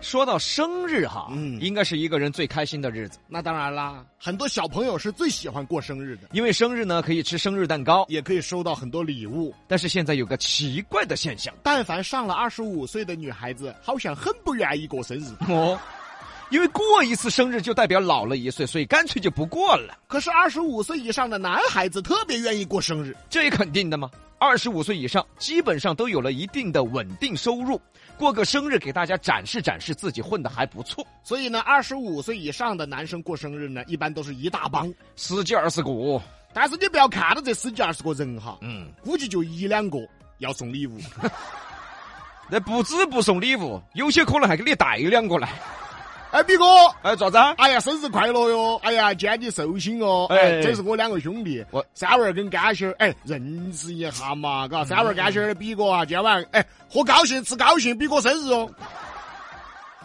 说到生日哈，嗯应该是一个人最开心的日子。那当然啦，很多小朋友是最喜欢过生日的，因为生日呢可以吃生日蛋糕，也可以收到很多礼物。但是现在有个奇怪的现象但凡上了二十五岁的女孩子，好像很不愿意过生日。哦，因为过一次生日就代表老了一岁，所以干脆就不过了，可是二十五岁以上的男孩子特别愿意过生日。这也肯定的嘛。二十五岁以上基本上都有了一定的稳定收入，过个生日给大家展示展示自己混得还不错，所以呢，二十五岁以上的男生过生日呢，一般都是一大帮。十几二十个，但是你不要看到这十几二十个人哈，嗯，估计就一两个要送礼物。那不止不送礼物，有些可能还给你带两个来。哎，比哥，哎，咋子啊？哎呀，生日快乐哟！哎呀，今天你寿星哦！哎哎，这是我两个兄弟，我三娃儿跟干仙儿，哎，认识一下嘛，嗯嘎，三娃儿干仙儿的比哥啊，今晚哎喝高兴吃高兴，比哥生日哦。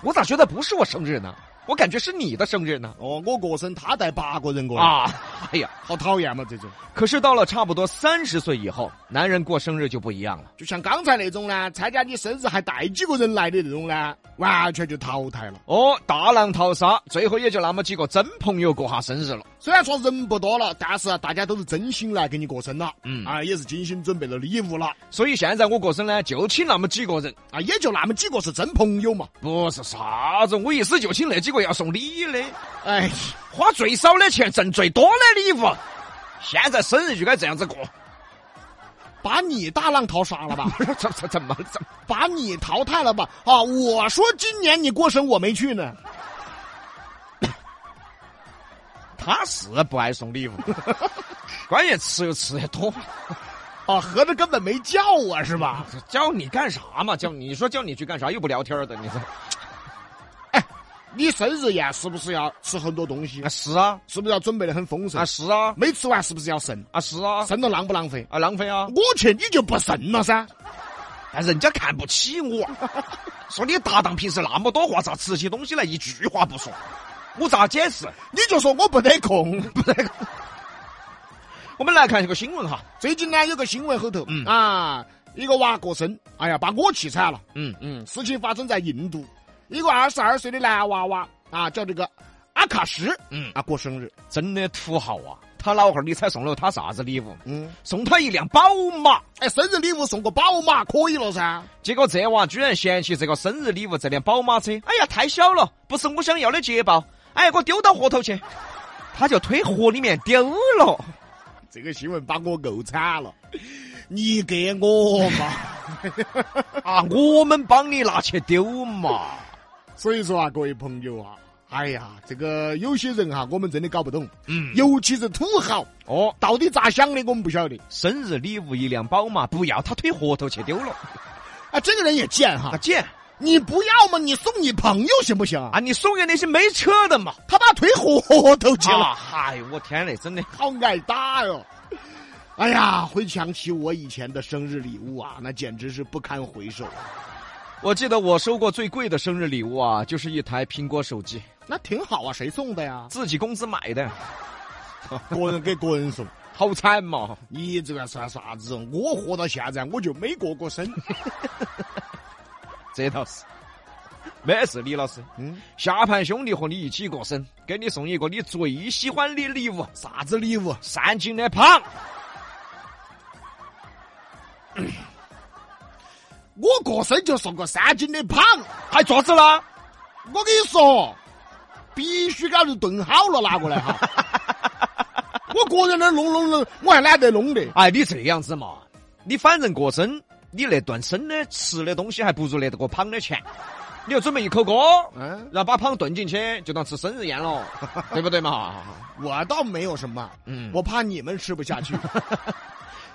我咋觉得不是我生日呢？我感觉是你的生日呢。哦，我个身他带八个人过来，啊， 哎呀！好讨厌嘛这种。可是到了差不多三十岁以后，男人过生日就不一样了。就像刚才那种呢，参加你生日还带几个人来的那种呢，完全就淘汰了。哦，大浪淘沙，最后也就那么几个真朋友过下生日了。虽然说人不多了，但是啊大家都是真心来给你过生了，嗯啊，也是精心准备了礼物了，所以现在我过生呢，就请那么几个人，啊，也就那么几个是真朋友嘛。不是啥子，我意思就请那几个要送礼的，哎，花最少的钱挣最多的礼物。现在生日就该这样子过，把你大浪淘沙了吧？不是 怎怎怎么怎么？把你淘汰了吧？啊，我说今年你过生我没去呢，他是不爱送礼物，关键吃又吃得多。啊，合着根本没叫我是吧？叫你干啥嘛？叫你说叫你去干啥？又不聊天的，你说你生日宴是不是要吃很多东西啊？是啊是不是要准备的很丰盛啊？是啊没吃完是不是要剩？啊是啊剩了浪不浪费？啊浪费啊！我去，你就不剩了噻。但哎人家看不起 我，说你搭档平时那么多话，咋吃起东西来一句话不说？我咋解释？你就说我不得空。 我们来看一个新闻哈，最近呢，有个新闻后头，嗯啊，一个娃过生，哎呀，把我气惨了。嗯嗯，事情发生在印度，一个二十二岁的男娃娃啊，叫这个阿卡什，嗯啊，过生日，真的土豪啊！他老汉儿，你猜送了他啥子礼物？嗯，送他一辆宝马，哎，生日礼物送个宝马可以了噻。结果这娃居然嫌弃这个生日礼物这辆宝马车，哎呀太小了，不是我想要的捷豹，哎，给我丢到河头去，他就推河里面丢 了。这个新闻把我怄惨了， 你给我嘛。啊，我们帮你拿去丢嘛。所以说啊，各位朋友啊，哎呀，这个有些人哈、我们真的搞不懂，嗯，尤其是土豪，哦，到底咋想的我们不晓得。生日礼物一辆宝马，不要他推河头去丢了。啊，这个人也贱哈、啊，姐，你不要嘛，你送你朋友行不行啊？啊，你送给那些没车的嘛。他把腿火都去了，啊，嗨，我天嘞，真的，好挨打哟！哎呀，回想起我以前的生日礼物啊，那简直是不堪回首。啊我记得我收过最贵的生日礼物啊，就是一台苹果手机，？那挺好啊，谁送的呀自己工资买的，个人给个人送。好惨嘛。你这个算啥子？我活到现在，我就没过过生。这倒是，没事，李老师，嗯，下盘兄弟和你一起过生，给你送一个你最喜欢的礼物，啥子礼物？三斤的胖。我过生就送个三斤的胖。还咋子啦？我跟你说，必须搞就炖好了拿过来哈。我个人那儿弄弄弄，我还懒得弄的。哎，你这样子嘛，你反正过生，你那顿生的吃的东西还不如那个胖的钱，你就准备一口锅，嗯，然后把胖炖进去，就当吃生日宴了，对不对嘛？我倒没有什么，嗯，我怕你们吃不下去。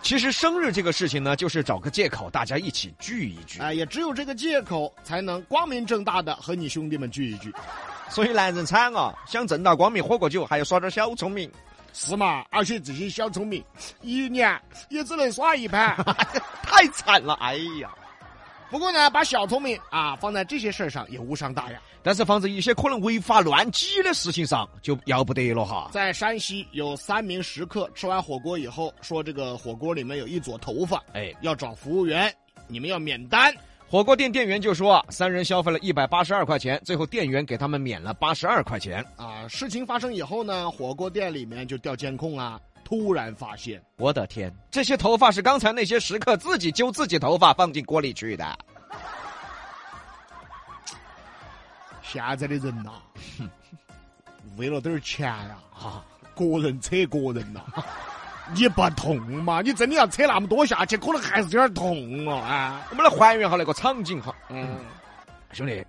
其实生日这个事情呢，就是找个借口，大家一起聚一聚。哎，也只有这个借口才能光明正大的和你兄弟们聚一聚，所以男人惨啊，想正大光明喝个酒，还要耍点小聪明。 是嘛？而且这些小聪明，一年也只能耍一盘。哎太惨了，哎呀！不过呢，把小聪明啊放在这些事儿上也无伤大雅。但是放在一些可能违法乱纪的事情上，就要不得了哈。在山西，有三名食客吃完火锅以后说，这个火锅里面有一撮头发，哎，要找服务员，你们要免单。火锅店店员就说啊，三人消费了一百八十二块钱，最后店员给他们免了八十二块钱。啊，事情发生以后呢，火锅店里面就调监控啊，突然发现我的天，这些头发是刚才那些食客自己揪自己头发放进锅里去的。现在的人呐、为了点儿钱呀、啊，个人扯个人呐、你不痛嘛？你真的要扯那么多下去，可能还是有点痛哦啊。我们来还原一下那个场景哈，嗯，兄弟，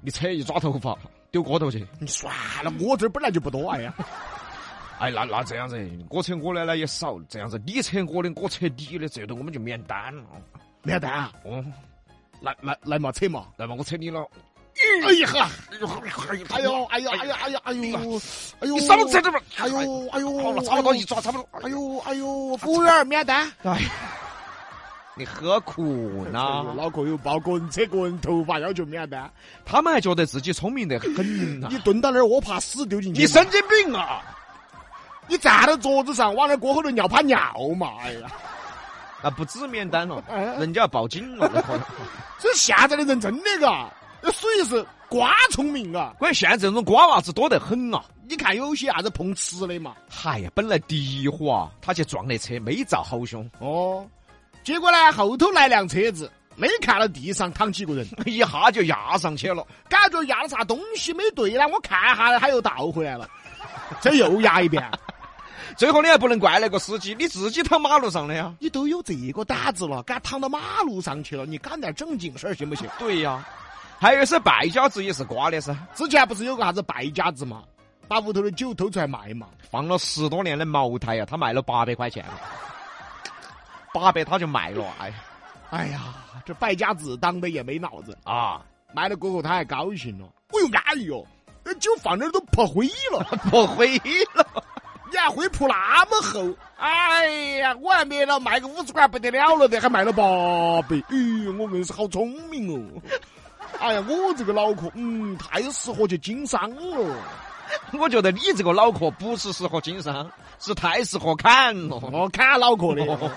你扯一抓头发丢锅头去。你算了，我这儿本来就不多，哎呀，哎，那那这样子，我扯我的呢也少，这样子你扯我的，我扯你的，这顿我们就免单了。免单啊，哦，来来来嘛，扯嘛。来嘛，我扯你了。嗯哎呀，哎呦，哎呀，哎呀，哎呀，哎呦，哎呦，你少扯这嘛。哎呦，哎呦，好了，差不多一抓差不多。啊哎呦，哎呦，服务员免单。哎，你何苦啊，呢？脑壳有包，个人扯个人头发要求免啊单。他们还觉得自己聪明得很呢你。蹲到那儿，我怕屎丢进去。你神经病啊！你站到桌子上，往那锅后头尿，怕尿嘛？哎呀，那啊不止免单了哎，人家要报警了。我 靠这现在的人真的嘎，那属于是瓜聪明啊！关键现在这种瓜娃子多得很啊！你看有些啥子碰瓷的嘛，嗨呀，本来第火啊，他去撞那车，没遭好凶，哦，结果呢，后头来辆车子，没看到地上躺几个人， 一下就压上去了。感觉压了啥东西没对呢，我看一下，他又倒回来了，这又压一遍。最后你还不能怪那个司机，你自己躺马路上的呀。你都有这个胆子了，敢躺到马路上去了，你干点正经事儿行不行？对呀、还有些败家子也是瓜的噻，之前不是有个啥子败家子嘛，把屋头的酒偷出来卖嘛，放了十多年的茅台呀、啊他卖了八百块钱，八百他就卖了，哎哎呀，这败家子当的也没脑子，啊，买了过后他还高兴了。哎呦，哎呦，那酒放那儿都破灰了，不灰了。你还灰铺那么厚？哎呀，我还没了，卖个五十块不得了了的，还卖了八百。哎呦，我硬是好聪明哦！哎呀，我这个脑壳，嗯，太适合去经商了。 我觉得你这个脑壳不是适合经商，是太适合砍了。哦我砍脑壳的。哦